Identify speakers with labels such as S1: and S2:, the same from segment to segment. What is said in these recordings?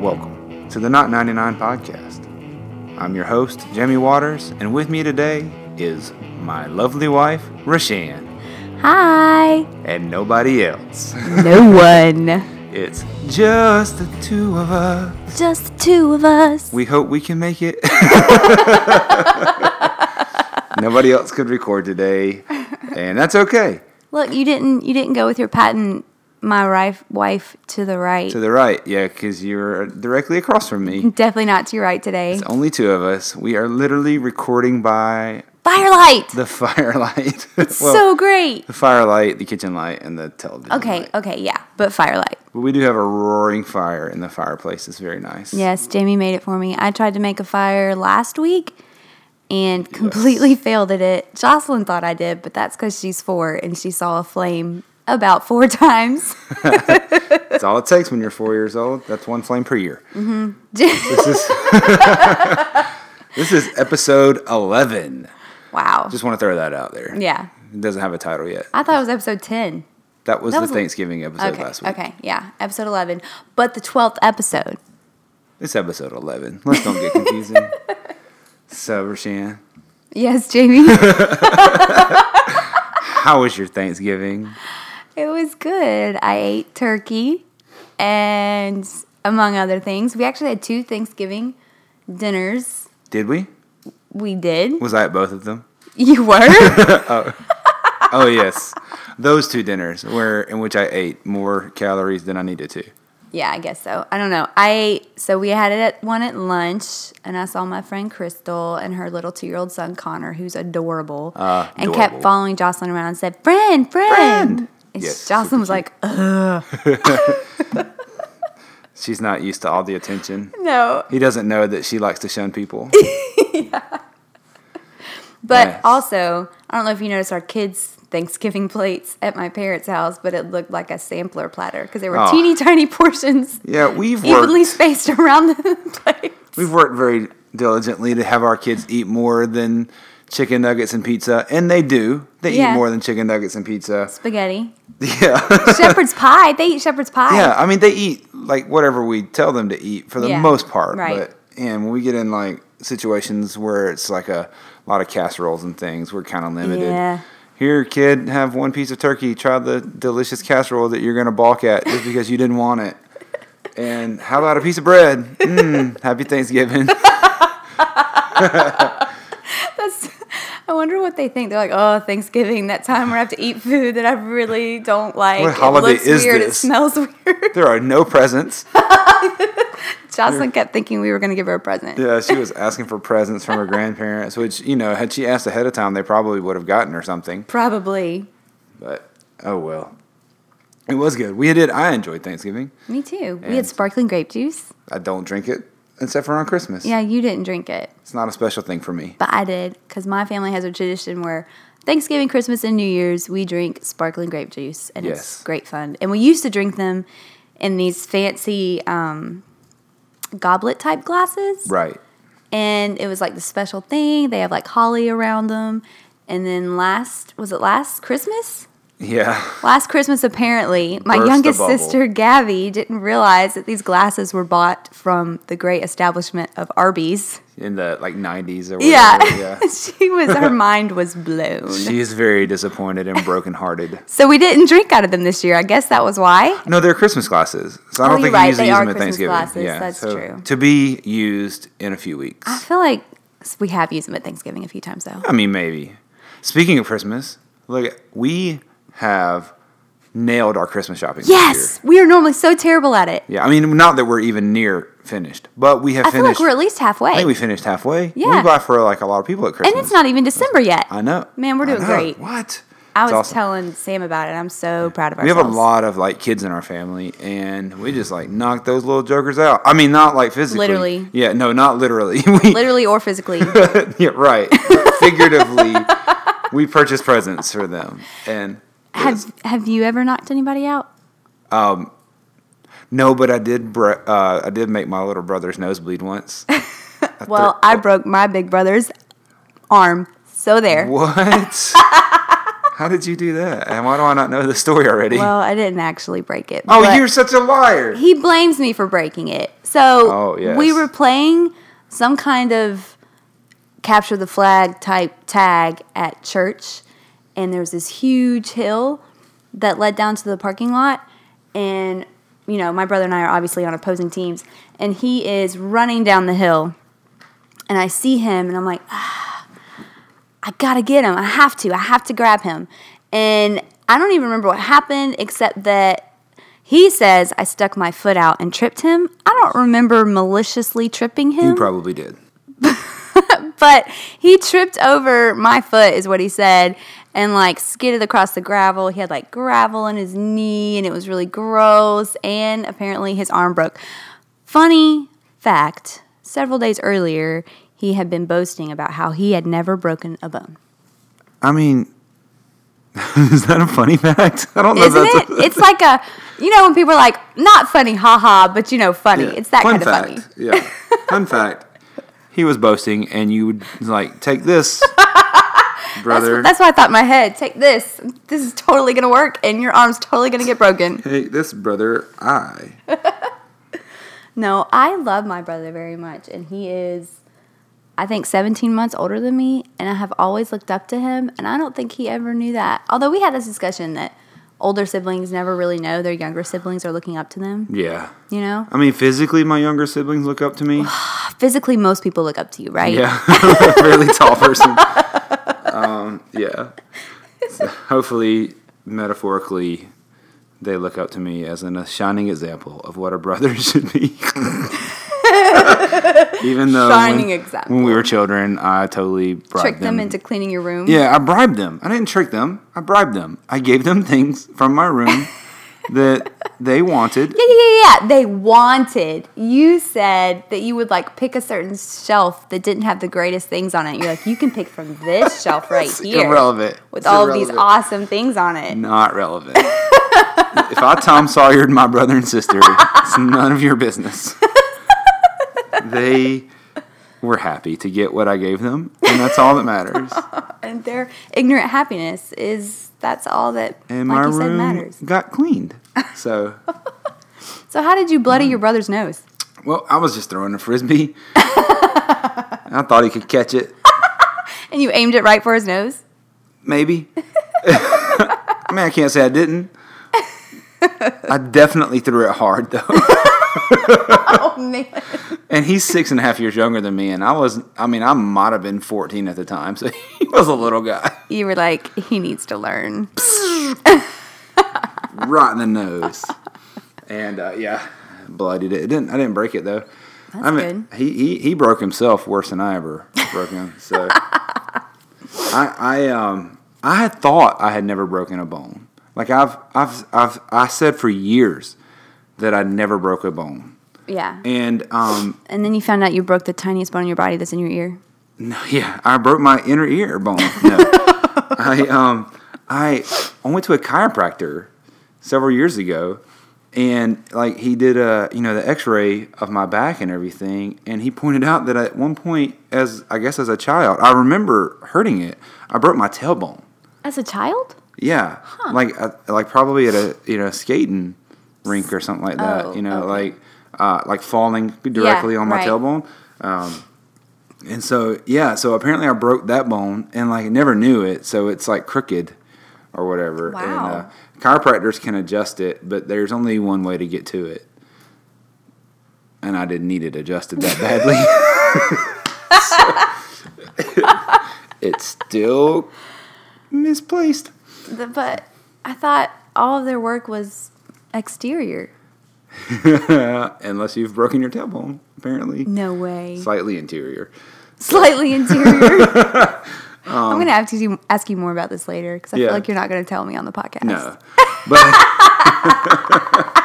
S1: Welcome to the Not 99 Podcast. I'm your host, Jamie Waters, and with me today is my lovely wife, Rashan,
S2: Hi.
S1: and nobody else.
S2: No one.
S1: It's just the two of us.
S2: Just the two of us.
S1: We hope we can make it. Nobody else could record today, and that's okay.
S2: Look, you didn't you didn't go with your patent my rife, wife to the right.
S1: To the right, yeah, because you're directly across from me.
S2: Definitely not to your right today.
S1: It's only two of us. We are literally recording by
S2: Firelight.
S1: the firelight. Well,
S2: so great.
S1: the firelight, the kitchen light, and the television.
S2: Okay,
S1: light.
S2: okay, yeah. But firelight.
S1: But we do have a roaring fire in the fireplace. It's very nice.
S2: Yes, Jamie made it for me. I tried to make a fire last week and completely failed at it. Jocelyn thought I did, but that's because she's four and she saw a flame about four times.
S1: That's all it takes when you're four years old. That's one flame per year. This is This is episode eleven.
S2: wow.
S1: Just want to throw that out there.
S2: yeah.
S1: It doesn't have a title yet.
S2: I thought it was episode 10.
S1: That was
S2: that
S1: the
S2: was-
S1: Thanksgiving episode
S2: Okay.
S1: last week.
S2: Okay. Yeah. Episode 11. But the 12th episode.
S1: It's episode eleven. Let's don't get confusing. so Rashan,
S2: Yes, Jamie.
S1: how was your Thanksgiving?
S2: it was good. I ate turkey and among other things. We actually had two Thanksgiving dinners.
S1: Did we?
S2: We did.
S1: Was I at both of them?
S2: You were?
S1: Oh yes, those two dinners where in which I ate more calories than I needed to.
S2: yeah, I guess so. I don't know. I ate, so we had it at one at lunch, and I saw my friend Crystal and her little two year old son Connor, who's adorable,
S1: Ah,
S2: and
S1: adorable.
S2: kept following Jocelyn around and said, Friend, friend.
S1: Friend.
S2: And
S1: Yes, super
S2: Jocelyn was like, Ugh,
S1: She's not used to all the attention.
S2: no.
S1: He doesn't know that she likes to shun people.
S2: But
S1: Yes.
S2: also, I don't know if you noticed our kids' Thanksgiving plates at my parents' house, but it looked like a sampler platter because they were
S1: Oh.
S2: teeny tiny portions,
S1: Yeah, we've
S2: evenly
S1: worked,
S2: spaced around the plate.
S1: we've worked very diligently to have our kids eat more than chicken nuggets and pizza, and they do. They eat
S2: Yeah.
S1: more than chicken nuggets and pizza.
S2: Spaghetti,
S1: Yeah,
S2: shepherd's pie. They eat shepherd's pie.
S1: yeah. I mean, they eat like whatever we tell them to eat for the
S2: Yeah,
S1: most part.
S2: right.
S1: But and when we get in like situations where it's like a lot of casseroles and things, we're kind of limited.
S2: Yeah.
S1: Here, kid, have one piece of turkey. Try the delicious casserole that you're going to balk at just because you didn't want it. And how about a piece of bread? Mm, happy Thanksgiving.
S2: That's, I wonder what they think. They're like, oh, Thanksgiving, that time where I have to eat food that I really don't like.
S1: What holiday
S2: it looks
S1: is
S2: weird.
S1: this?
S2: It smells weird.
S1: There are no presents.
S2: Jocelyn kept thinking we were going to give her a present.
S1: Yeah, she was asking for presents from her grandparents, which, you know, had she asked ahead of time, they probably would have gotten her something.
S2: Probably.
S1: But oh well. It was good. We did. I enjoyed Thanksgiving.
S2: Me too. we
S1: And-
S2: had sparkling grape juice.
S1: I don't drink it except for on Christmas.
S2: Yeah, you didn't drink it.
S1: It's not a special thing for me.
S2: but I did because my family has a tradition where Thanksgiving, Christmas, and New Year's we drink sparkling grape juice, and
S1: Yes.
S2: it's great fun. And we used to drink them in these fancy um, goblet type glasses,
S1: Right.
S2: and it was like the special thing. They have like holly around them. And then last was it last Christmas?
S1: Yeah.
S2: Last Christmas, apparently, my
S1: Burst the
S2: youngest
S1: bubble.
S2: sister Gabby didn't realize that these glasses were bought from the great establishment of Arby's.
S1: In the like 90s or whatever.
S2: Yeah.
S1: Yeah.
S2: she was her mind was blown.
S1: She's very disappointed and brokenhearted.
S2: So we didn't drink out of them this year. I guess that was why.
S1: No, they're Christmas glasses. So I
S2: Oh,
S1: don't
S2: you're
S1: think
S2: right.
S1: you usually
S2: They
S1: use
S2: are
S1: them at
S2: Christmas
S1: Thanksgiving.
S2: glasses.
S1: Yeah.
S2: That's
S1: so
S2: true.
S1: To be used in a few weeks.
S2: I feel like we have used them at Thanksgiving a few times though.
S1: I mean, maybe. Speaking of Christmas, look, we have nailed our Christmas shopping. this year.
S2: Yes, we are normally so terrible at it.
S1: Yeah, I mean, not that we're even near finished, but we have
S2: I feel
S1: finished.
S2: like we're at least halfway,
S1: I think we finished halfway.
S2: Yeah.
S1: we buy for like a lot of people at Christmas.
S2: and it's not even December yet.
S1: I know.
S2: Man, we're
S1: I
S2: doing
S1: know.
S2: great.
S1: What?
S2: I
S1: It's
S2: was
S1: awesome.
S2: telling Sam about it. I'm so proud of
S1: We
S2: ourselves.
S1: have a lot of like kids in our family, and we just like knock those little jokers out. I mean, not like physically.
S2: Literally.
S1: Yeah, no, not literally. we,
S2: literally or physically.
S1: yeah, right. Figuratively, we purchase presents for them, and
S2: have Have you ever knocked anybody out?
S1: no, but I did. Bre- uh, I did make my little brother's nosebleed once.
S2: Well, I broke my big brother's arm. So there.
S1: What? How did you do that? And why do I not know the story already?
S2: Well, I didn't actually break it.
S1: oh,
S2: but
S1: you're such a liar.
S2: He blames me for breaking it. So
S1: Oh, yes.
S2: we were playing some kind of capture the flag type tag at church, and there was this huge hill that led down to the parking lot. And, you know, my brother and I are obviously on opposing teams, and he is running down the hill. And I see him, and I'm like, "Ah, I gotta get him. I have to. I have to grab him. And I don't even remember what happened except that he says I stuck my foot out and tripped him. I don't remember maliciously tripping
S1: You
S2: him,
S1: probably did.
S2: but he tripped over my foot, is what he said, and like skidded across the gravel. He had like gravel in his knee, and it was really gross. And apparently his arm broke. Funny fact several days earlier, he had been boasting about how he had never broken a bone.
S1: I mean, is that a funny fact? I don't know. if
S2: Isn't
S1: that's
S2: it? It's like a, you know, when people are like, not funny, haha, but you know, funny.
S1: Yeah.
S2: It's that
S1: Fun
S2: kind
S1: fact.
S2: of funny.
S1: Yeah. Fun fact. He was boasting, and you would like take this, brother.
S2: That's, that's why I thought in my head, take this. This is totally going to work, and your arm's totally going to get broken.
S1: take this, brother. I.
S2: No, I love my brother very much, and he is, I think, 17 months older than me, and I have always looked up to him, and I don't think he ever knew that. Although we had this discussion that older siblings never really know their younger siblings are looking up to them,
S1: Yeah.
S2: you know?
S1: I mean, physically, my younger siblings look up to me.
S2: Physically, most people look up to you, right?
S1: Yeah, really tall person. Um, yeah. So hopefully, metaphorically, they look up to me as an, a shining example of what a brother should be. Even though
S2: Shining
S1: when,
S2: example.
S1: when we were children, I totally bribed
S2: Trick them into cleaning your room.
S1: yeah, I bribed them. I didn't trick them. I bribed them. I gave them things from my room that they wanted.
S2: Yeah, yeah, yeah, yeah. They wanted. You said that you would like pick a certain shelf that didn't have the greatest things on it. You're like, you can pick from this shelf right
S1: It's
S2: here.
S1: irrelevant.
S2: With
S1: It's
S2: all of these
S1: irrelevant.
S2: awesome things on it.
S1: Not relevant. if I Tom Sawyered my brother and sister, it's none of your business. they were happy to get what I gave them, and that's all that matters.
S2: And their ignorant happiness is that's all that,
S1: And
S2: like
S1: my
S2: you said,
S1: room
S2: matters.
S1: got cleaned. So,
S2: So, how did you bloody your brother's nose?
S1: well, I was just throwing a frisbee. I thought he could catch it,
S2: And you aimed it right for his nose?
S1: maybe. I mean, I can't say I didn't. I definitely threw it hard, though.
S2: Oh, man.
S1: And he's six and a half years younger than me, and I was, I mean, I might have been 14 at the time, so he was a little guy.
S2: You were like, he needs to learn.
S1: Right in the nose. And uh, yeah, bloodied it. it. Didn't I didn't break it though. That's I He, he he broke himself worse than I ever broke him. So I I um I had thought I had never broken a bone. Like I've I've I've I said for years that I never broke a bone.
S2: Yeah.
S1: And um
S2: And then you found out you broke the tiniest bone in your body that's in your ear.
S1: No, yeah, I broke my inner ear bone. No, I um, I I went to a chiropractor several years ago, and like he did a you know the X-ray of my back and everything, and he pointed out that at one point, as I guess as a child, I remember hurting it. I broke my tailbone.
S2: As a child?
S1: Yeah, like uh, like probably at a you know skating rink or something like that.
S2: Oh,
S1: you know,
S2: okay.
S1: like uh, like falling directly on my
S2: right.
S1: tailbone. Um, and so yeah, so apparently I broke that bone and like never knew it, so it's like crooked or whatever.
S2: Wow.
S1: And uh, chiropractors can adjust it, but there's only one way to get to it. And I didn't need it adjusted that badly. So, it's still misplaced.
S2: The- But I thought all of their work was exterior.
S1: unless you've broken your tailbone, apparently.
S2: No way.
S1: Slightly interior.
S2: Slightly interior. I'm going to have to do- ask you more about this later because I
S1: Um, Yeah.
S2: feel like you're not going to tell me on the podcast.
S1: No. But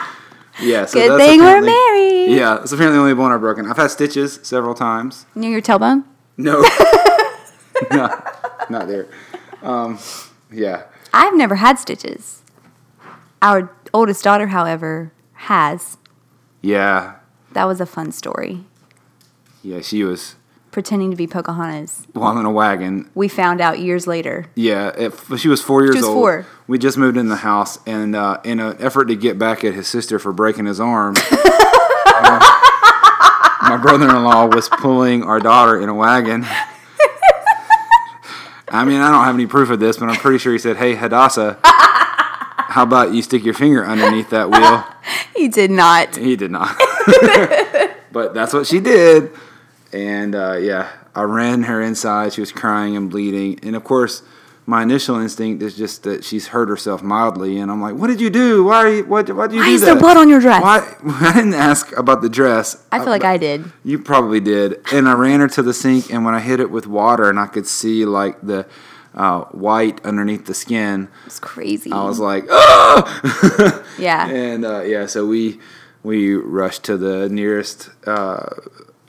S1: Yeah, so
S2: Good
S1: that's
S2: thing we're
S1: apparently-
S2: married.
S1: Yeah, it's apparently the only bone I've broken. I've had stitches several times.
S2: Near your tailbone?
S1: No. no. Not there. Um, yeah.
S2: I've never had stitches. Our oldest daughter, however, has.
S1: Yeah.
S2: That was a fun story.
S1: Yeah, she was
S2: pretending to be Pocahontas.
S1: while in a wagon.
S2: We found out years later.
S1: Yeah, it, she was four years
S2: was
S1: old.
S2: four.
S1: We just moved in the house, and uh, in an effort to get back at his sister for breaking his arm, uh, my brother-in-law was pulling our daughter in a wagon. I mean, I don't have any proof of this, but I'm pretty sure he said, "Hey, Hadassah, how about you stick your finger underneath that wheel?"
S2: He did not.
S1: He did not. but that's what she did. And uh, yeah, I ran her inside. She was crying and bleeding. And of course, my initial instinct is just that she's hurt herself mildly. And I'm like, what did you do? Why are you, what, why do you
S2: Why
S1: do
S2: is there
S1: that?
S2: blood on your dress?
S1: Why? I didn't ask about the dress.
S2: I feel like I did.
S1: You probably did. And I ran her to the sink, and when I hit it with water, and I could see like the uh, white underneath the skin,
S2: It's crazy.
S1: I was like, oh!
S2: yeah.
S1: And uh, yeah, so we we rushed to the nearest uh,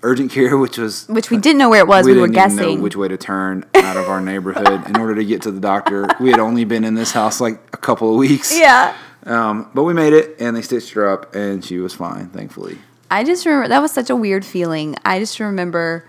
S1: urgent care, which was
S2: Which we didn't know where it was. We, were
S1: didn't even
S2: guessing.
S1: know which way to turn out of our neighborhood in order to get to the doctor. We had only been in this house like a couple of weeks.
S2: yeah.
S1: Um, but we made it, and they stitched her up, and she was fine, thankfully.
S2: I just remember that was such a weird feeling. I just remember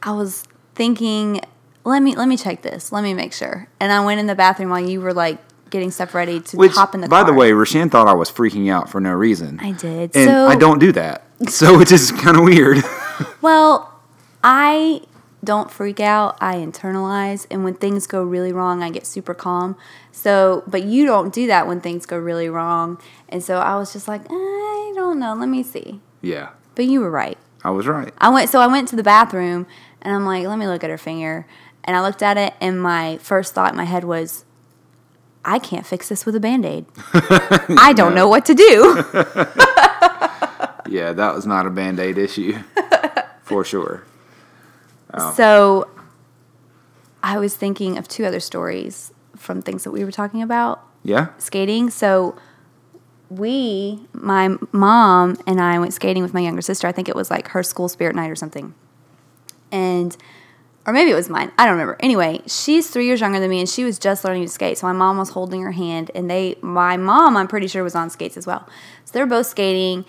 S2: I was thinking, let me let me check this. Let me make sure. And I went in the bathroom while you were like getting stuff ready to
S1: Which,
S2: hop in the
S1: by
S2: car.
S1: the way, Rashan thought I was freaking out for no reason.
S2: I did.
S1: and
S2: so
S1: I don't do that, so it's just kind of weird.
S2: Well, I don't freak out. I internalize, and when things go really wrong, I get super calm. So, but you don't do that when things go really wrong, and so I was just like, I don't know. Let me see.
S1: yeah,
S2: But you were right.
S1: I was right.
S2: I went so I went to the bathroom and I'm like, let me look at her finger. And I looked at it and my first thought in my head was, I can't fix this with a band-aid. I don't know what to do.
S1: Yeah, that was not a band aid issue, for sure.
S2: So I was thinking of two other stories from things that we were talking about
S1: Yeah.
S2: skating. So we, my mom and I went skating with my younger sister. I think it was like her school spirit night or something. And or maybe it was mine. I don't remember. Anyway, she's three years younger than me, and she was just learning to skate. So my mom was holding her hand, and they, my mom, I'm pretty sure was on skates as well. So they're both skating,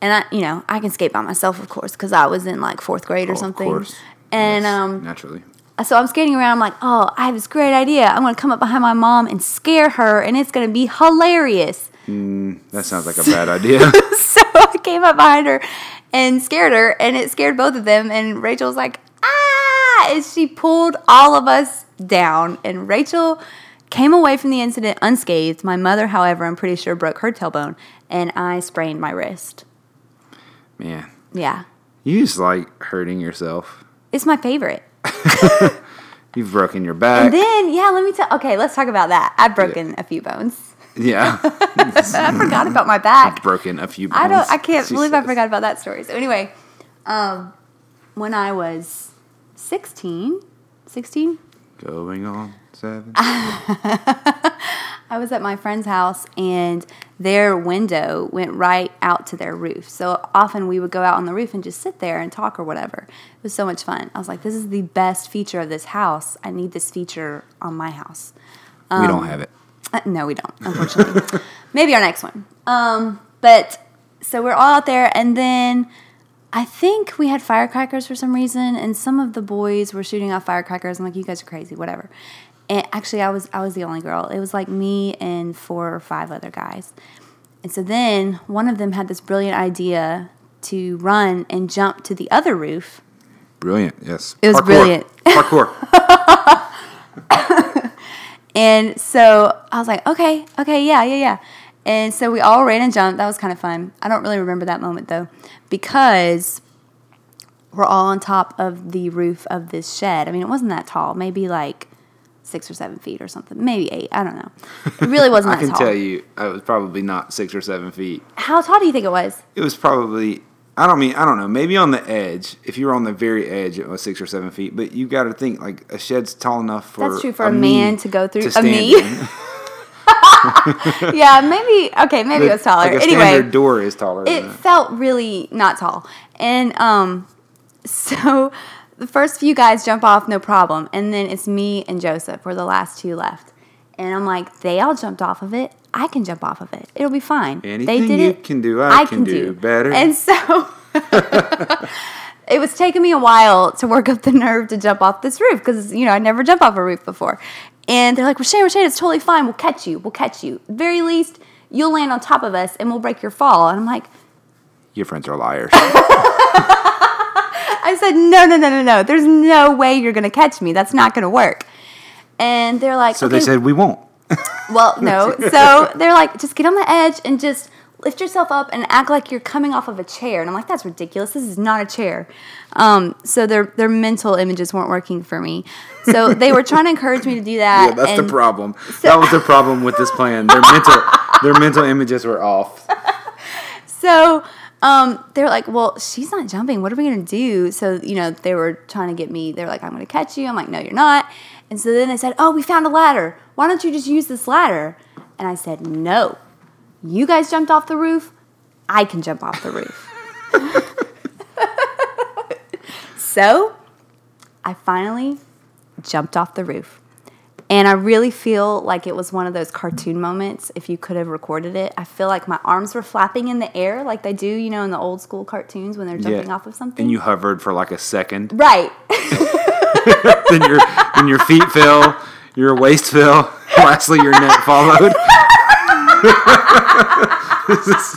S2: and I, you know, I can skate by myself, of course, because I was in like fourth grade
S1: Oh,
S2: or
S1: of
S2: something.
S1: course.
S2: And
S1: Yes,
S2: um,
S1: naturally.
S2: so I'm skating around. I'm like, oh, I have this great idea. I'm going to come up behind my mom and scare her, and it's going to be hilarious.
S1: That sounds like a bad idea.
S2: so I came up behind her and scared her, and it scared both of them. And Rachel was like, ah, and she pulled all of us down. And Rachel came away from the incident unscathed. My mother, however, I'm pretty sure broke her tailbone, and I sprained my wrist.
S1: Man,
S2: Yeah,
S1: you just like hurting yourself.
S2: it's my favorite.
S1: You've broken your back.
S2: And then, yeah, let me tell. Okay, let's talk about that. I've broken a few bones.
S1: yeah.
S2: I forgot about my back.
S1: broken a few bones.
S2: I don't. I can't
S1: she
S2: believe I
S1: says.
S2: forgot about that story. So anyway, um, when I was 16, 16,
S1: Going on seven.
S2: Uh, I was at my friend's house and their window went right out to their roof. So often we would go out on the roof and just sit there and talk or whatever. It was so much fun. I was like, this is the best feature of this house. I need this feature on my house.
S1: we don't have it.
S2: Uh, no, we don't, unfortunately. Maybe our next one. Um, but so we're all out there, and then I think we had firecrackers for some reason, and some of the boys were shooting off firecrackers. I'm like, you guys are crazy, whatever. And actually, I was I was the only girl. It was like me and four or five other guys. And so then one of them had this brilliant idea to run and jump to the other roof.
S1: Brilliant. Yes.
S2: It was brilliant.
S1: Parkour.
S2: And so I was like, okay, okay, yeah, yeah, yeah. And so we all ran and jumped. That was kind of fun. I don't really remember that moment though, because we're all on top of the roof of this shed. I mean, it wasn't that tall, maybe like six or seven feet or something, maybe eight. I don't know. It really wasn't
S1: I
S2: that
S1: can
S2: tall.
S1: tell you, I was probably not six or seven feet.
S2: How tall do you think it was?
S1: It was probably. I don't mean I don't know. Maybe on the edge. If you were on the very edge, it was six or seven feet. But you got to think like a shed's tall enough for
S2: That's true for a man to go through- a
S1: stand
S2: me?
S1: in.
S2: yeah, maybe. Okay, maybe it was taller.
S1: Like a
S2: anyway,
S1: standard door is taller.
S2: it
S1: than that.
S2: felt really not tall. And um, so the first few guys jump off, no problem. And then it's me and Joseph. We're the last two left. And I'm like, they all jumped off of it. I can jump off of it. It'll be fine.
S1: Anything
S2: they did
S1: you
S2: it.
S1: can do, I can do better.
S2: And so it was taking me a while to work up the nerve to jump off this roof because you know I never jumped off a roof before. And they're like, Rashane, Rashane, it's totally fine. We'll catch you. We'll catch you. Very least, you'll land on top of us and we'll break your fall. And I'm like,
S1: Your friends are liars.
S2: I said, no, no, no, no, no. There's no way you're gonna catch me. That's not gonna work. And they're like,
S1: So
S2: okay,
S1: they said we won't.
S2: well, no. So they're like, just get on the edge and just lift yourself up and act like you're coming off of a chair. And I'm like, that's ridiculous. This is not a chair. Um, so their their mental images weren't working for me. So they were trying to encourage me to do that.
S1: Yeah, that's
S2: and-
S1: the problem. that was the problem with this plan. Their mental their mental images were off.
S2: So um, they were like, well, she's not jumping. What are we going to do? So, you know, they were trying to get me. They were like, I'm going to catch you. I'm like, no, you're not. And so then they said, oh, we found a ladder. Why don't you just use this ladder? And I said, no. You guys jumped off the roof. I can jump off the roof. so I finally jumped off the roof. And I really feel like it was one of those cartoon moments. If you could have recorded it, I feel like my arms were flapping in the air like they do, you know, in the old school cartoons when they're jumping
S1: Yeah.
S2: off of something.
S1: And you hovered for like a second.
S2: right.
S1: then your then your feet fell, your waist fell, lastly your neck followed. this, is,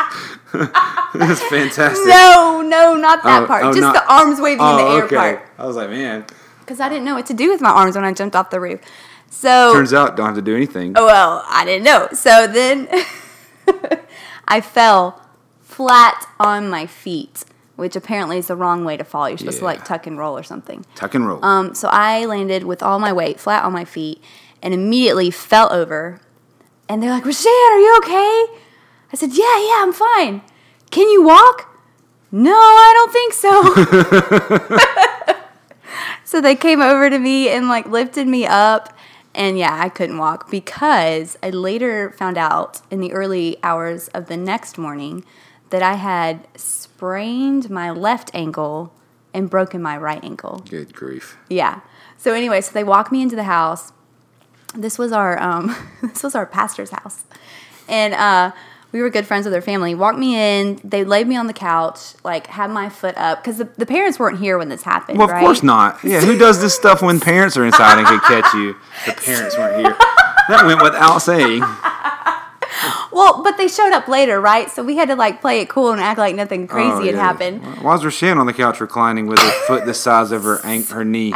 S1: this is fantastic.
S2: no, no, not that
S1: Oh,
S2: part.
S1: oh,
S2: Just
S1: not-
S2: the arms waving in the
S1: Oh,
S2: air
S1: okay.
S2: part.
S1: I was like, man.
S2: Because I didn't know what to do with my arms when I jumped off the roof. So
S1: Turns out don't have to do anything.
S2: Well, I didn't know. So then I fell flat on my feet, which apparently is the wrong way to fall. You're supposed to
S1: Yeah.
S2: like tuck and roll or something.
S1: Tuck and roll.
S2: Um, so I landed with all my weight flat on my feet and immediately fell over. And they're like, Rashad, are you okay? I said, Yeah, yeah, I'm fine. Can you walk? No, I don't think so. so they came over to me and like lifted me up. And yeah, I couldn't walk because I later found out in the early hours of the next morning that I had sprained my left ankle and broken my right ankle.
S1: Good grief.
S2: Yeah. So anyway, so they walk me into the house. This was our um, this was our pastor's house, and uh, we were good friends with their family. Walked me in. They laid me on the couch, like had my foot up because the, the parents weren't here when this happened.
S1: Well, of
S2: right?
S1: course not. Yeah, who does this stuff when parents are inside and can catch you? The parents weren't here. That went without saying.
S2: Well, but they showed up later, right? So we had to like play it cool and act like nothing crazy
S1: Oh,
S2: had
S1: yeah.
S2: happened.
S1: Why is Rashan on the couch reclining with her foot the size of her ank- her knee?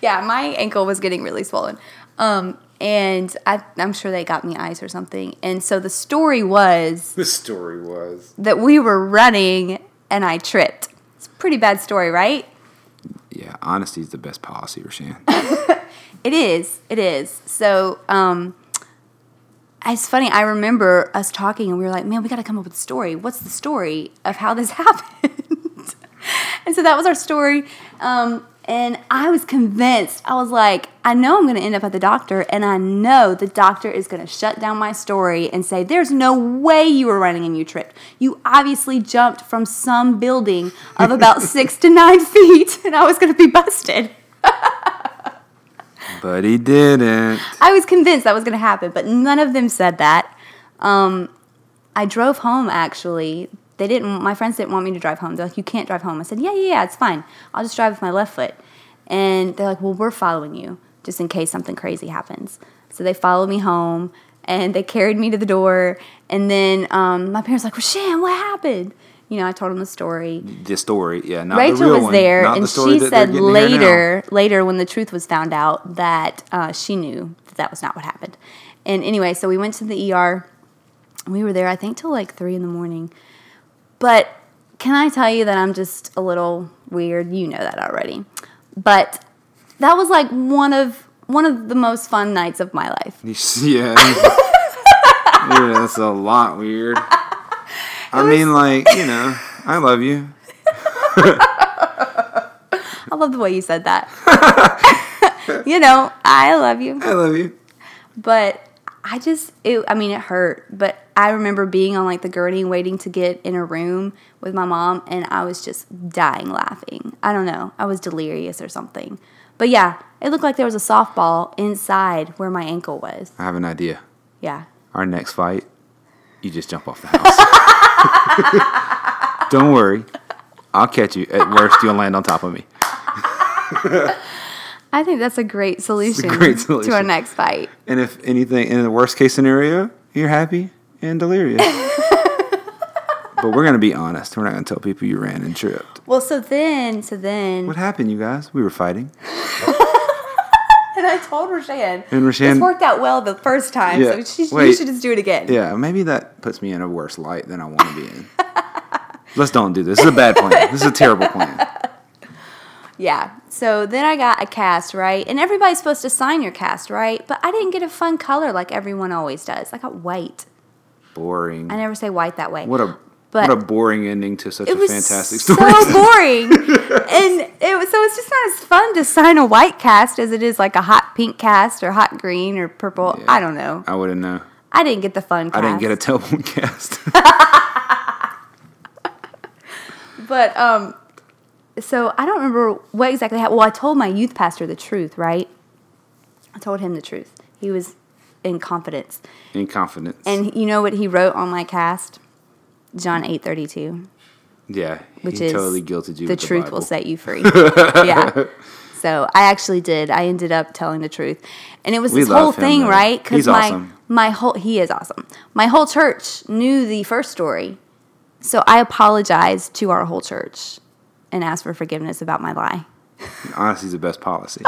S2: yeah, my ankle was getting really swollen. Um, and I, I'm sure they got me ice or something. And so the story was
S1: The story was.
S2: that we were running and I tripped. It's a pretty bad story, right?
S1: Yeah, honesty is the best policy, Rashan.
S2: It is. It is. So, um, it's funny. I remember us talking and we were like, man, we got to come up with a story. What's the story of how this happened? and so that was our story. Um, and I was convinced. I was like, I know I'm going to end up at the doctor, and I know the doctor is going to shut down my story and say, There's no way you were running and you tripped. You obviously jumped from some building of about six to nine feet, and I was going to be busted.
S1: but he didn't.
S2: I was convinced that was going to happen, but none of them said that. Um, I drove home actually. They didn't. My friends didn't want me to drive home. They're like, "You can't drive home." I said, "Yeah, yeah, yeah. It's fine. I'll just drive with my left foot." And they're like, "Well, we're following you just in case something crazy happens." So they followed me home and they carried me to the door. And then um, my parents were like, "Rashan, what happened?" You know, I told them the story.
S1: The story, yeah, not the
S2: Rachel
S1: real
S2: was
S1: one,
S2: there,
S1: not the
S2: and
S1: story
S2: she
S1: that they're
S2: said
S1: getting to hear now.
S2: later, later when the truth was found out, that uh, she knew that that was not what happened. And anyway, so we went to the ER. We were there, I think, till like three in the morning. But can I tell you that I'm just a little weird? You know that already. But that was like one of one of the most fun nights of my life.
S1: Yeah. yeah, that's a lot weird. I mean, like, you know, I love you.
S2: I love the way you said that. you know, I love you.
S1: I love you.
S2: but I just, it, I mean, it hurt. But I remember being on like the gurney waiting to get in a room with my mom, and I was just dying laughing. I don't know. I was delirious or something. But yeah, it looked like there was a softball inside where my ankle was.
S1: I have an idea.
S2: Yeah.
S1: Our next fight, you just jump off the house. Don't worry. I'll catch you. At worst, you'll land on top of me.
S2: I think that's a great solution,
S1: great
S2: to our
S1: solution.
S2: next fight.
S1: And if anything, in the worst case scenario, you're happy and delirious. but we're gonna be honest. We're not gonna tell people you ran and tripped.
S2: Well, so then, so then,
S1: What happened, you guys? We were fighting.
S2: and I told Rashan.
S1: And Rashan-
S2: this worked out well the first time,
S1: Yeah,
S2: so she, you
S1: wait.
S2: should just do it again.
S1: Yeah, maybe that puts me in a worse light than I want to be in. Let's don't do this. This is a bad plan. This is a terrible plan.
S2: Yeah. So then I got a cast, right? And everybody's supposed to sign your cast, right? But I didn't get a fun color like everyone always does. I got white.
S1: Boring.
S2: I never say white that way.
S1: What a
S2: But-
S1: what a boring ending to such a
S2: it was
S1: fantastic
S2: so
S1: story.
S2: boring, and it was so it's just not as fun to sign a white cast as it is like a hot pink cast or hot green or purple.
S1: Yeah.
S2: I don't know.
S1: I wouldn't know.
S2: I didn't get the fun.
S1: I
S2: Cast.
S1: didn't get a tailbone cast.
S2: But um, so I don't remember what exactly happened. Well, I told my youth pastor the truth, right? I told him the truth. He was in confidence,
S1: in confidence.
S2: and you know what he wrote on my cast? John eight thirty two,
S1: yeah,
S2: which
S1: Hmm. he
S2: is
S1: totally guilted you.
S2: The
S1: with
S2: truth
S1: Bible.
S2: will set you free. yeah. So I actually did. I ended up telling the truth, and it was
S1: We
S2: this whole
S1: love him,
S2: thing,
S1: though.
S2: right?
S1: He's
S2: my
S1: awesome.
S2: my whole he is awesome. My whole church knew the first story, so I apologized to our whole church and asked for forgiveness about my lie.
S1: Honesty's the best policy.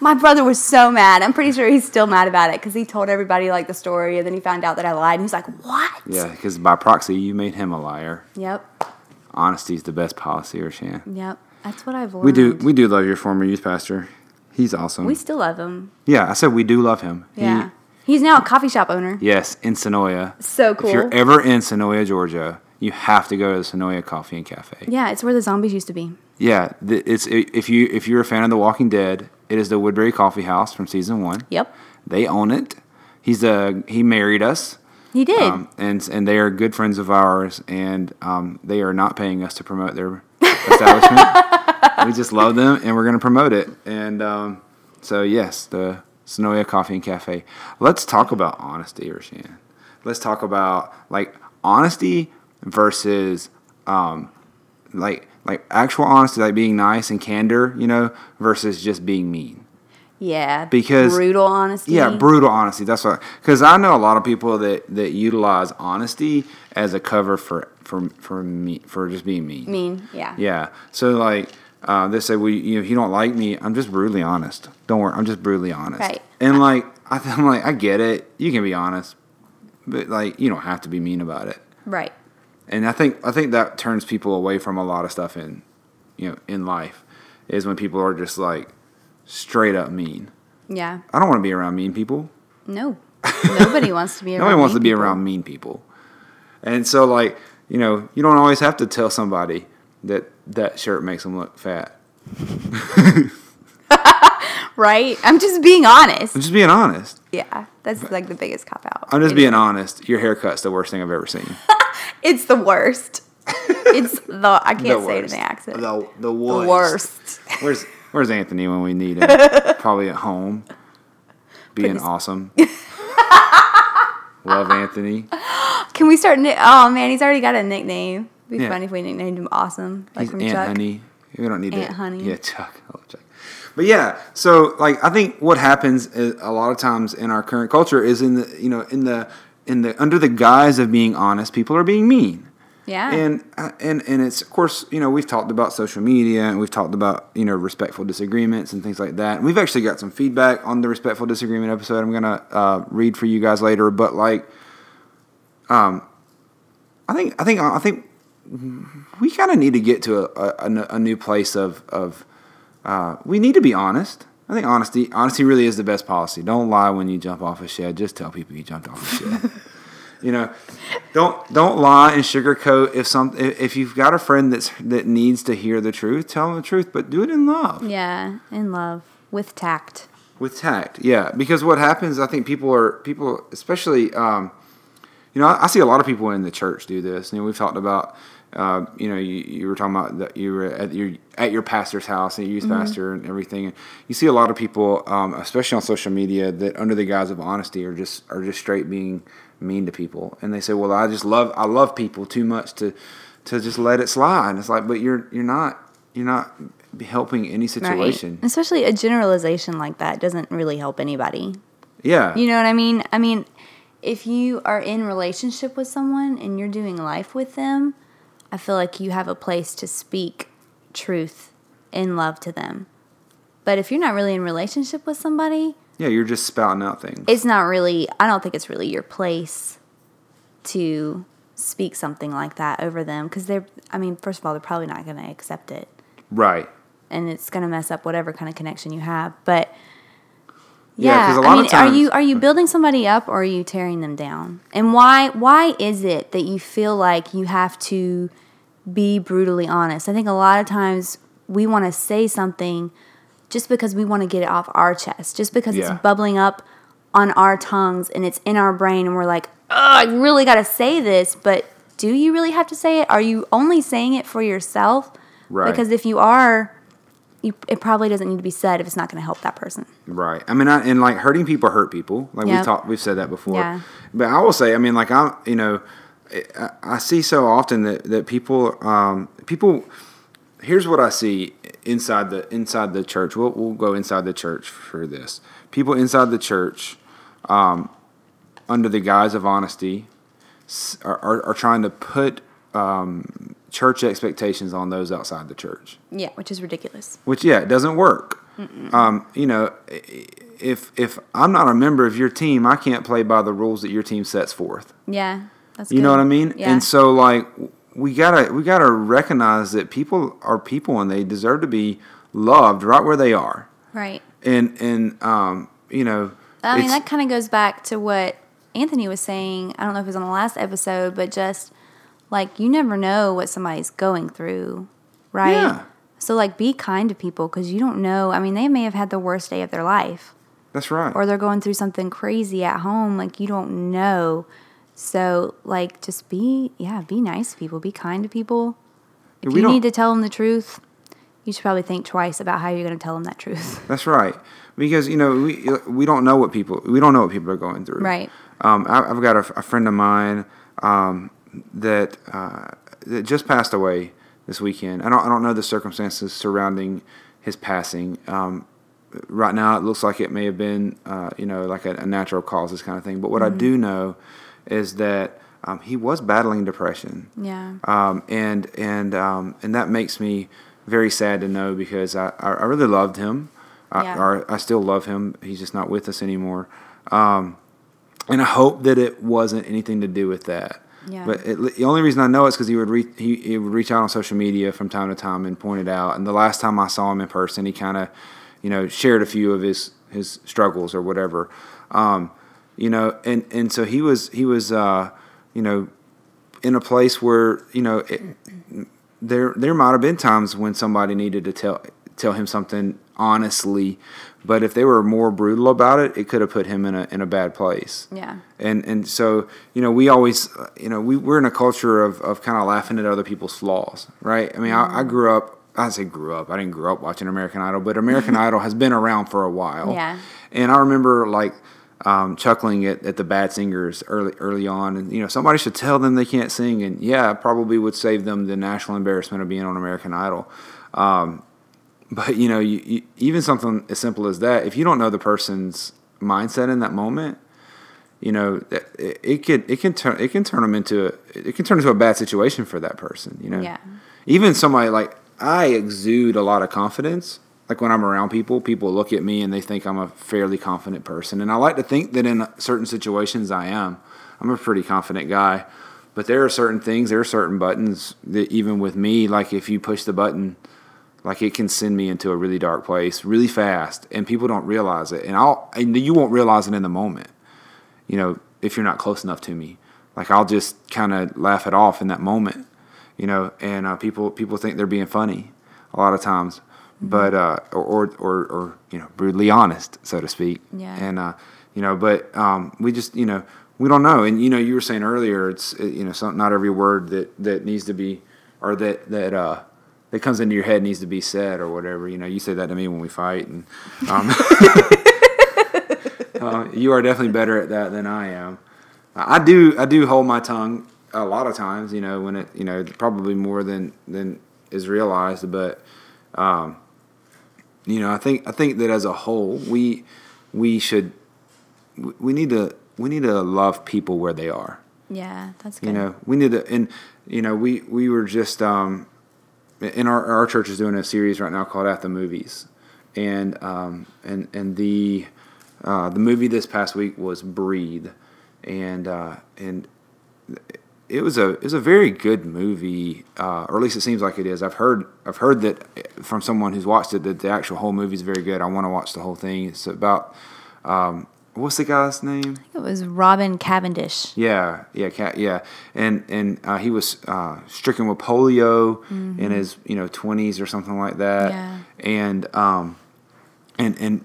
S2: My brother was so mad. I'm pretty sure he's still mad about it because he told everybody like the story, and then he found out that I lied, and he was like, "What?"
S1: yeah, because by proxy, you made him a liar.
S2: Yep.
S1: Honesty's the best policy, Rashan.
S2: Yep. That's what I've learned.
S1: We do we do love your former youth pastor. He's awesome.
S2: We still love him.
S1: yeah, I said we do love him. He-
S2: Yeah. he's now a coffee shop owner.
S1: yes, in Sonoya.
S2: So cool.
S1: If you're ever in Sonoya, Georgia, you have to go to the Sonoya Coffee and Cafe.
S2: yeah, it's where the zombies used to be.
S1: Yeah, th it's if you if you're a fan of The Walking Dead, it is the Woodbury Coffee House from season one.
S2: Yep.
S1: They own it. He's a he married us.
S2: He did.
S1: Um, and and they are good friends of ours, and um, they are not paying us to promote their establishment. we just love them, and we're going to promote it. And um, so, yes, the Sonoya Coffee and Cafe. Let's talk about honesty, Rashan. Let's talk about like honesty versus um, like like actual honesty, like being nice and candor, you know, versus just being mean.
S2: yeah.
S1: because-
S2: brutal honesty.
S1: Yeah, brutal honesty. That's what. Because I know a lot of people that that utilize honesty as a cover for for for me for just being mean.
S2: mean. Yeah.
S1: Yeah. So like uh, they say, well, you know, if you don't like me, I'm just brutally honest. Don't worry, I'm just brutally honest.
S2: Right.
S1: And like I, I'm like I get it. You can be honest, but like you don't have to be mean about it.
S2: Right.
S1: And I think I think that turns people away from a lot of stuff in you know in life is when people are just like straight up mean.
S2: Yeah.
S1: I don't want to be around mean people.
S2: No. Nobody wants to be around.
S1: Nobody wants to
S2: mean
S1: be
S2: people.
S1: around mean people. And so, like, you know, you don't always have to tell somebody that that shirt makes them look fat.
S2: Right. I'm just being honest.
S1: I'm just being honest.
S2: Yeah. That's like the biggest cop out.
S1: I'm just being honest. Your haircut's the worst thing I've ever seen.
S2: It's the worst. it's the I can't
S1: the
S2: say
S1: worst.
S2: it in the accent.
S1: The, the
S2: The
S1: worst.
S2: worst.
S1: Where's Where's Anthony when we need him? Probably at home, being
S2: Pretty-
S1: awesome. Love Anthony.
S2: Can we start? Ni- oh man, he's already got a nickname. It'd be
S1: Yeah.
S2: funny if we nicknamed him Awesome, like
S1: He's
S2: from
S1: Aunt
S2: Chuck.
S1: Honey. We don't need
S2: Aunt
S1: to.
S2: Honey.
S1: Yeah, Chuck. I love Chuck. But yeah, so like I think what happens is a lot of times in our current culture is in the you know in the in the under the guise of being honest, people are being mean.
S2: Yeah.
S1: And I- and and it's of course you know we've talked about social media and we've talked about you know respectful disagreements and things like that. And we've actually got some feedback on the respectful disagreement episode. I'm gonna uh, read for you guys later, but like, um, I think I think I think we kind of need to get to a, a- a, n- a new place of of uh, we need to be honest. I think honesty honesty really is the best policy. Don't lie when you jump off a shed. Just tell people you jumped off a shed. you know, don't don't lie and sugarcoat. If some if if you've got a friend that's that needs to hear the truth, tell them the truth, but do it in love
S2: yeah, in love with tact.
S1: with tact yeah because what happens i think people are people especially um, you know I, I see a lot of people in the church do this you know we've talked about uh, you know you, you were talking about that you were at your at your pastor's house and your
S2: Mm-hmm.
S1: youth pastor and everything and you see a lot of people um, especially on social media that under the guise of honesty are just are just straight being mean to people and they say well i just love i love people too much to to just let it slide. And it's like, but you're you're not you're not helping any situation.
S2: Right. Especially a generalization like that doesn't really help anybody.
S1: Yeah.
S2: You know what I mean? I mean, if you are in relationship with someone and you're doing life with them, I feel like you have a place to speak truth in love to them. But if you're not really in relationship with somebody,
S1: yeah, you're just spouting out things.
S2: it's not really I don't think it's really your place to speak something like that over them cuz they're I mean, first of all, they're probably not going to accept it
S1: right.
S2: and it's going to mess up whatever kind of connection you have. But
S1: Yeah,
S2: yeah,
S1: 'cause a
S2: I
S1: lot of
S2: mean, are
S1: times-
S2: you are you building somebody up or are you tearing them down? And why why is it that you feel like you have to be brutally honest? I think a lot of times we want to say something just because we want to get it off our chest, just because
S1: Yeah.
S2: it's bubbling up on our tongues and it's in our brain and we're like, "Ugh, I really got to say this," but do you really have to say it? Are you only saying it for yourself?
S1: Right.
S2: Because if you are, you, it probably doesn't need to be said if it's not going to help that person.
S1: Right. I mean, I, and like hurting people hurt people. Like we
S2: Yep.
S1: talked, we've said that before.
S2: Yeah.
S1: But I will say, I mean, like I'm, you know, I, I see so often that that people, um, people. Here's what I see inside the inside the church. We'll we'll go inside the church for this. People inside the church, um, under the guise of honesty, s- are are, are trying to put um, church expectations on those outside the church
S2: Yeah, which is ridiculous.
S1: which yeah, it doesn't work. Um, you know, i- if if I'm not a member of your team, I can't play by the rules that your team sets forth.
S2: Yeah, that's
S1: You know what I mean?
S2: Yeah.
S1: And so like we gotta we gotta recognize that people are people and they deserve to be loved right where they are.
S2: right.
S1: And and um, you know,
S2: I mean,
S1: it's-
S2: that kind of goes back to what Anthony was saying. I don't know if it was on the last episode, but just like you never know what somebody's going through, right?
S1: Yeah.
S2: So like, be kind to people because you don't know. I mean, they may have had the worst day of their life,
S1: that's right.
S2: or they're going through something crazy at home. Like you don't know. So like, just be yeah, be nice to people. Be kind to people. If
S1: We
S2: you
S1: don't-
S2: need to tell them the truth, you should probably think twice about how you're going to tell them that truth.
S1: That's right. Because you know we we don't know what people we don't know what people are going through.
S2: Right.
S1: Um, I, I've got a, a friend of mine um, that uh, that just passed away this weekend. I don't I don't know the circumstances surrounding his passing. Um, right now, it looks like it may have been uh, you know like a, a natural causes kind of thing. But what I do know is that um, he was battling depression
S2: Yeah.
S1: um, and and um, and that makes me very sad to know because I, I, I really loved him, I,
S2: Yeah.
S1: or I still love him. He's just not with us anymore, um, and I hope that it wasn't anything to do with that.
S2: Yeah.
S1: But it, the only reason I know it's because he would re- he, he would reach out on social media from time to time and point it out. And the last time I saw him in person, he kind of, you know, shared a few of his his struggles or whatever, um, you know. And and so he was he was uh, you know in a place where you know it, there there might have been times when somebody needed to tell tell him something honestly, but if they were more brutal about it, it could have put him in a in a bad place.
S2: Yeah.
S1: And and so you know we always uh, you know we we're in a culture of of kind of laughing at other people's flaws, right? I mean, I, I grew up. I say grew up. I didn't grow up watching American Idol, but American Idol has been around for a while.
S2: Yeah.
S1: And I remember like um, chuckling at, at the bad singers early early on, and you know somebody should tell them they can't sing, and yeah, it probably would save them the national embarrassment of being on American Idol. Um, but you know, you, you, even something as simple as that, if you don't know the person's mindset in that moment, you know, that- it, it could it can turn it can turn them into a, it can turn into a bad situation for that person. You know,
S2: Yeah.
S1: even somebody like I exude a lot of confidence. Like when I'm around people, people look at me and they think I'm a fairly confident person. And I like to think that in certain situations I am. I'm a pretty confident guy. But there are certain things, there are certain buttons that even with me, like if you push the button, like it can send me into a really dark place really fast and people don't realize it. And I'll and you won't realize it in the moment you know, if you're not close enough to me. Like I'll just kind of laugh it off in that moment, you know. And uh, people people think they're being funny a lot of times, but uh, or, or or or you know, brutally honest, so to speak.
S2: Yeah.
S1: And uh, you know, but um, we just you know we don't know. And you know, you were saying earlier, it's uh, you know, some, not every word that that needs to be or that that uh that comes into your head needs to be said or whatever. You know, you say that to me when we fight and. Um, Uh, you are definitely better at that than I am. I I do. I do hold my tongue a lot of times, you know, when it, you know, probably more than than is realized. But, um, you know, I think I think that as a whole, we we should we- we need to we need to love people where they are.
S2: Yeah, that's good.
S1: You know, we need to, and you know, we we were just um, in our our church is doing a series right now called At the Movies, and um, and and the uh, the movie this past week was Breathe, and uh, and it was a it was a very good movie, uh, or at least it seems like it is. I've heard I've heard that from someone who's watched it that the actual whole movie is very good. I want to watch the whole thing. It's about um, what's the guy's name?
S2: it was Robin Cavendish.
S1: Yeah, yeah, cat, yeah, and and uh, he was uh, stricken with polio in his you know twenties or something like that,
S2: Yeah.
S1: and um, and and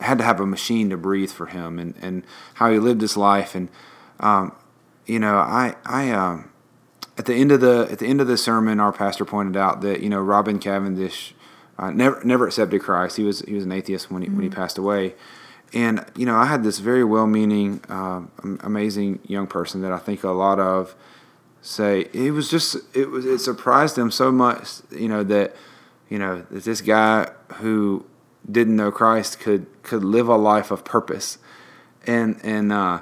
S1: had to have a machine to breathe for him, and and how he lived his life, and um, you know, I I um, at the end of the at the end of the sermon, our pastor pointed out that you know Robin Cavendish uh, never never accepted Christ. He was he was an atheist when he when he passed away, and you know I had this very well meaning, um, am- amazing young person that I think a lot of say it was just it was it surprised them so much you know that you know that this guy who didn't know Christ could could live a life of purpose, and and uh,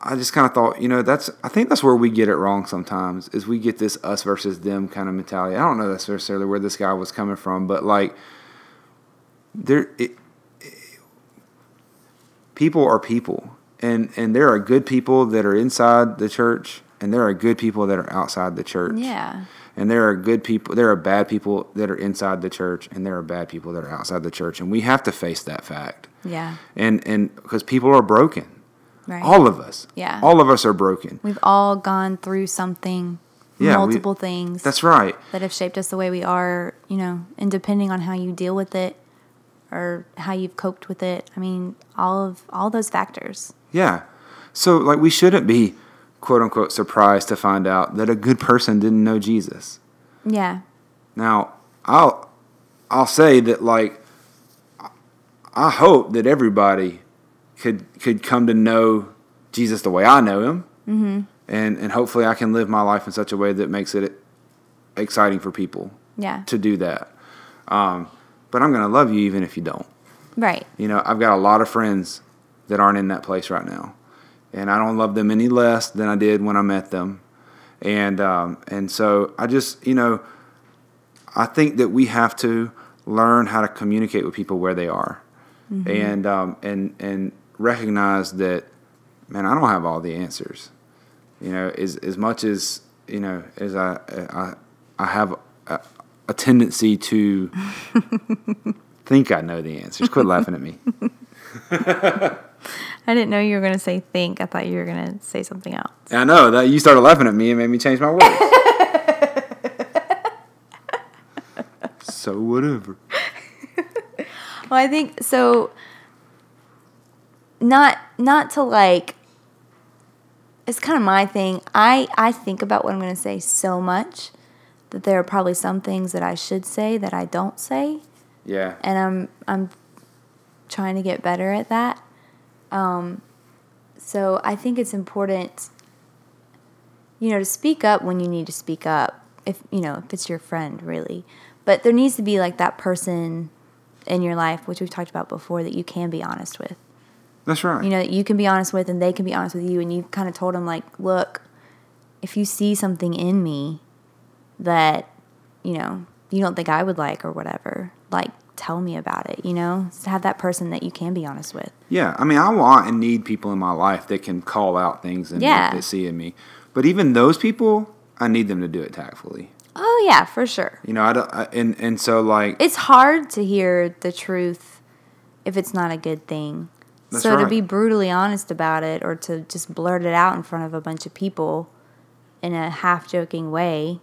S1: I just kind of thought, you know, that's I think that's where we get it wrong sometimes is we get this us versus them kind of mentality. I don't know that's necessarily where this guy was coming from, but like there it, it- people are people and and there are good people that are inside the church and there are good people that are outside the church.
S2: Yeah.
S1: And there are good people, there are bad people that are inside the church and there are bad people that are outside the church and we have to face that fact.
S2: Yeah.
S1: And and cuz people are broken.
S2: Right.
S1: All of us.
S2: Yeah.
S1: All of us are broken.
S2: We've all gone through something,
S1: Yeah, we-
S2: multiple things
S1: That's right.
S2: that have shaped us the way we are, you know, and depending on how you deal with it or how you've coped with it. I mean, all of all those factors.
S1: Yeah. So like we shouldn't be quote unquote surprised to find out that a good person didn't know Jesus.
S2: Yeah.
S1: Now, I'll I'll say that like I- I hope that everybody could could come to know Jesus the way I know him, mm-hmm. and and hopefully I can live my life in such a way that makes it exciting for people
S2: Yeah.
S1: to do that. Um, but I'm gonna love you even if you don't.
S2: Right.
S1: You know, I've got a lot of friends that aren't in that place right now, and I don't love them any less than I did when I met them, and um, and so I just you know, I think that we have to learn how to communicate with people where they are, and um, and and recognize that, man, I don't have all the answers. You know, as as much as you know, as I I I have a, a tendency to think I know the answers. Quit laughing at me.
S2: I didn't know you were going to say think. I thought you were going to say something else.
S1: I know that you started laughing at me and made me change my words. so whatever.
S2: Well, I think so. Not not to like. It's kind of my thing. I I think about what I'm going to say so much that there are probably some things that I should say that I don't say,
S1: Yeah.
S2: and I'm I'm trying to get better at that. Um, so I think it's important, you know, to speak up when you need to speak up. If you know if it's your friend, really, but there needs to be like that person in your life, which we've talked about before, that you can be honest with.
S1: That's right.
S2: You know, that you can be honest with, and they can be honest with you. And you've kind of told them, like, look, if you see something in me that, you know, you don't think I would like or whatever, like, tell me about it, you know? Just have that person that you can be honest with.
S1: yeah. I mean, I want and need people in my life that can call out things and
S2: Yeah.
S1: that see in me. But even those people, I need them to do it tactfully.
S2: Oh, yeah, for sure.
S1: You know, I don't. I, and and so like
S2: It's hard to hear the truth if it's not a good thing.
S1: That's
S2: so to
S1: right.
S2: be brutally honest about it or to just blurt it out in front of a bunch of people in a half joking way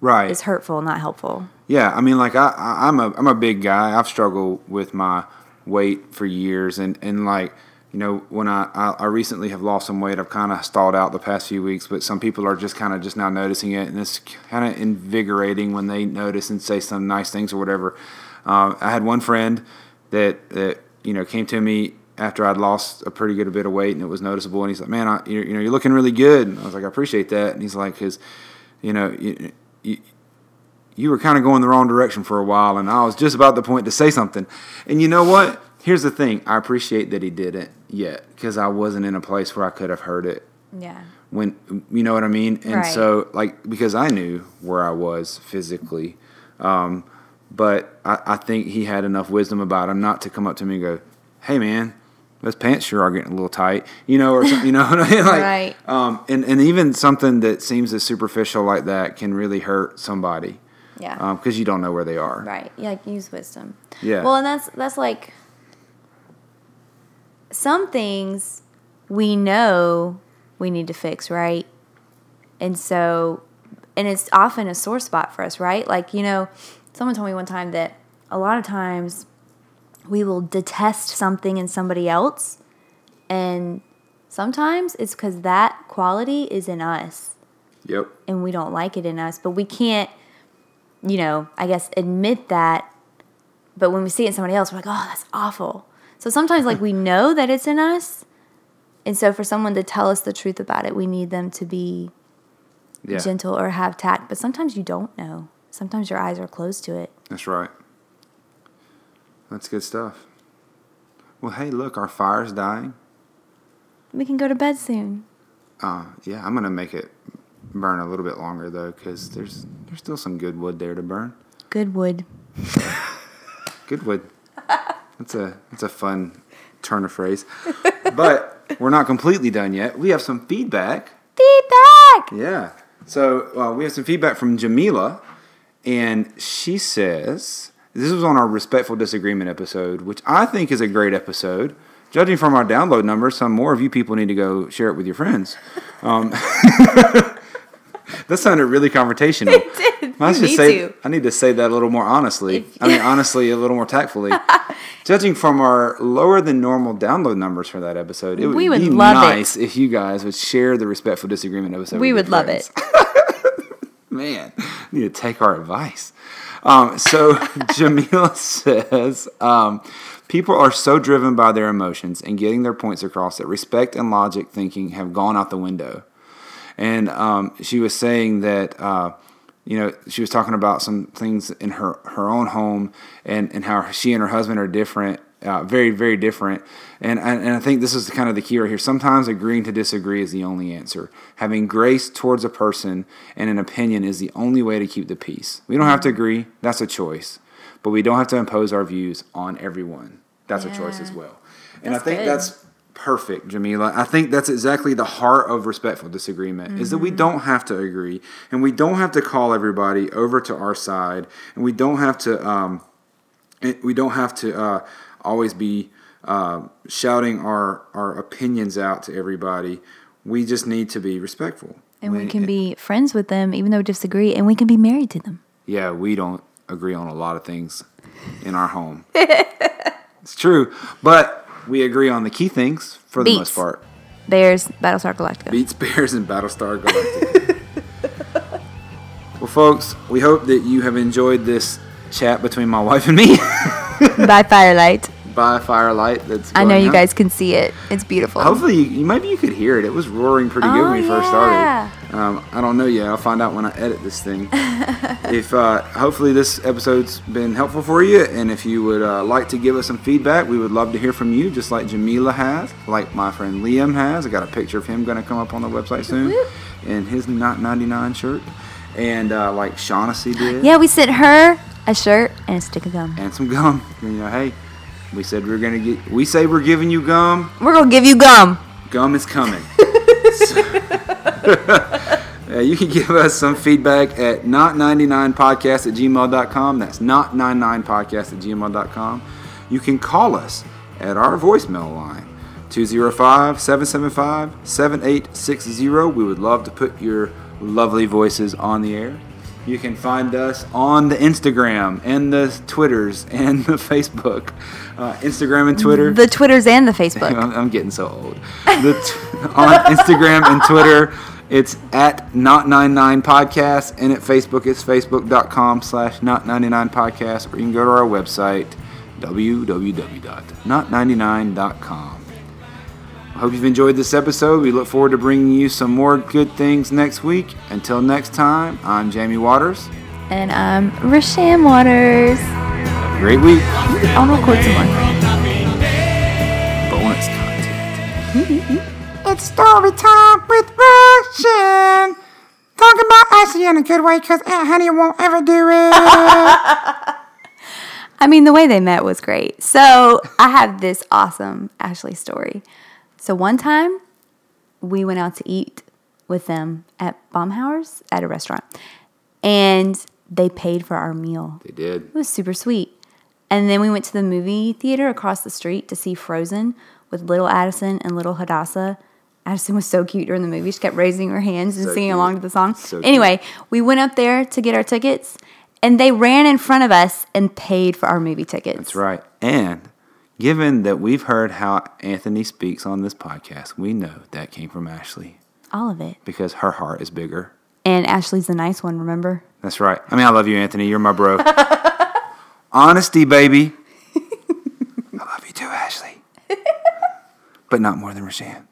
S1: right.
S2: is hurtful, not helpful.
S1: Yeah, I mean, like I, I I'm a I'm a big guy. I've struggled with my weight for years, and and like you know when I I, I recently have lost some weight, I've kind of stalled out the past few weeks. But some people are just kind of just now noticing it, and it's kind of invigorating when they notice and say some nice things or whatever. Um, I had one friend that that you know came to me after I'd lost a pretty good bit of weight and it was noticeable. And he's like, "Man, I, you you know, you're looking really good." And I was like, "I appreciate that." And he's like, "Cause, you know, you, you, you were kind of going the wrong direction for a while, and I was just about the point to say something." And you know what? Here's the thing: I appreciate that he didn't yet because I wasn't in a place where I could have heard it
S2: Yeah.
S1: when you know what I mean. And
S2: Right.
S1: so like because I knew where I was physically, um, but I, I think he had enough wisdom about him not to come up to me and go, "Hey man, those pants sure are getting a little tight," you know, or something, you know, what I mean? like,
S2: Right.
S1: um, and and even something that seems as superficial like that can really hurt somebody
S2: Yeah.
S1: because Um, you don't know where they are.
S2: Right. Yeah, like use wisdom.
S1: Yeah.
S2: Well, and that's that's like some things we know we need to fix, right? And so and it's often a sore spot for us, right? Like, you know, someone told me one time that a lot of times we will detest something in somebody else and sometimes it's cuz that quality is in us
S1: Yep.
S2: and we don't like it in us, but we can't, you know, I guess admit that. But when we see it in somebody else, we're like, oh, that's awful. So sometimes, like, we know that it's in us. And so, for someone to tell us the truth about it, we need them to be
S1: Yeah.
S2: gentle or have tact. But sometimes you don't know. Sometimes your eyes are closed to it.
S1: That's right. That's good stuff. Well, hey, look, our fire's dying.
S2: We can go to bed soon.
S1: Uh, yeah, I'm gonna make it burn a little bit longer though, because there's there's still some good wood there to burn.
S2: Good wood.
S1: Good wood. That's a that's a fun turn of phrase. But we're not completely done yet. We have some feedback.
S2: Feedback!
S1: Yeah. So uh, we have some feedback from Jamila, and she says this was on our respectful disagreement episode, which I think is a great episode. Judging from our download numbers, some more of you people need to go share it with your friends. Um, that sounded really confrontational. It
S2: did.
S1: I
S2: You
S1: should
S2: need
S1: say
S2: to.
S1: I need to say that a little more honestly. I mean, honestly, a little more tactfully. Judging from our lower than normal download numbers for that episode, it would,
S2: We would
S1: be
S2: love it.
S1: nice if you guys would share the respectful disagreement episode.
S2: We
S1: with
S2: would
S1: your
S2: love
S1: friends.
S2: it.
S1: Man, you need to take our advice. Um, so Jamila says, um, people are so driven by their emotions and getting their points across that respect and logic thinking have gone out the window. And um, she was saying that, uh, you know, she was talking about some things in her, her own home and, and how she and her husband are different, uh, very, very different. And, and, and I think this is kind of the key right here. Sometimes agreeing to disagree is the only answer. Having grace towards a person and an opinion is the only way to keep the peace. We don't have to agree, that's a choice. But we don't have to impose our views on everyone. That's a choice
S2: Yeah.
S1: as well. And I
S2: That's
S1: think
S2: good.
S1: that's perfect, Jamila. I think that's exactly the heart of respectful disagreement is that we don't have to agree and we don't have to call everybody over to our side and we don't have to um, it, we don't have to uh, always be uh, shouting our our opinions out to everybody. We just need to be respectful.
S2: And we can be friends with them, even though we disagree, and we can be married to them.
S1: yeah, we don't agree on a lot of things in our home. it's true, but we agree on the key things for the most
S2: Beats.
S1: part.
S2: Bears, Battlestar Galactica.
S1: Beats Bears and Battlestar Galactica. well, folks, we hope that you have enjoyed this chat between my wife and me
S2: By firelight.
S1: by firelight. That's
S2: I know
S1: going
S2: you
S1: on.
S2: guys can see it. It's beautiful.
S1: Hopefully, you, you- maybe you could hear it. It was roaring pretty good
S2: Oh,
S1: when we first
S2: yeah.
S1: started. Um, I don't know yet. I'll find out when I edit this thing. if uh, hopefully this episode's been helpful for you, and if you would uh, like to give us some feedback, we would love to hear from you, just like Jamila has, like my friend Liam has. I got a picture of him going to come up on the website soon,
S2: Whoop.
S1: in his not ninety nine shirt, and uh, like Shaughnessy did,
S2: Yeah, we sent her a shirt and a stick of gum.
S1: and some gum. You know, hey, we said we are gonna get. We say we're giving you gum.
S2: We're gonna give you gum.
S1: Gum is coming. Uh, you can give us some feedback at not99podcast at gmail.com. That's not99podcast at gmail.com. You can call us at our voicemail line, 205 775 7860. We would love to put your lovely voices on the air. You can find us on the Instagram and the Twitters and the Facebook. Uh, Instagram and Twitter.
S2: The Twitters and the Facebook.
S1: I'm, I'm getting so old. The t- on Instagram and Twitter, it's at not99podcast, and at Facebook, it's facebook.com slash not99podcast, or you can go to our website, www.not99.com. I hope you've enjoyed this episode. We look forward to bringing you some more good things next week. Until next time, I'm Jamie Waters.
S2: And I'm Rasham Waters.
S1: Have a great week.
S2: I'll record someone.
S1: Bonus content.
S3: Mm-hmm. It's story time with Russian. Talking about Ashley in a good way, cause Aunt Honey won't ever do it.
S2: I mean, the way they met was great. So I have this awesome Ashley story. So one time we went out to eat with them at Baumhauer's at a restaurant, and they paid for our meal.
S1: They did.
S2: It was super sweet. And then we went to the movie theater across the street to see Frozen with little Addison and little Hadassah. Addison was so cute during the movie. She kept raising her hands and
S1: So
S2: singing
S1: cute.
S2: along to the song.
S1: So cute.
S2: anyway, we went up there to get our tickets and they ran in front of us and paid for our movie tickets.
S1: That's right. And given that we've heard how Anthony speaks on this podcast, we know that came from Ashley
S2: All of it.
S1: because her heart is bigger.
S2: And Ashley's the nice one, remember?
S1: That's right. I mean, I love you, Anthony. You're my bro. Honesty, baby. I love you too, Ashley. But not more than Rashan.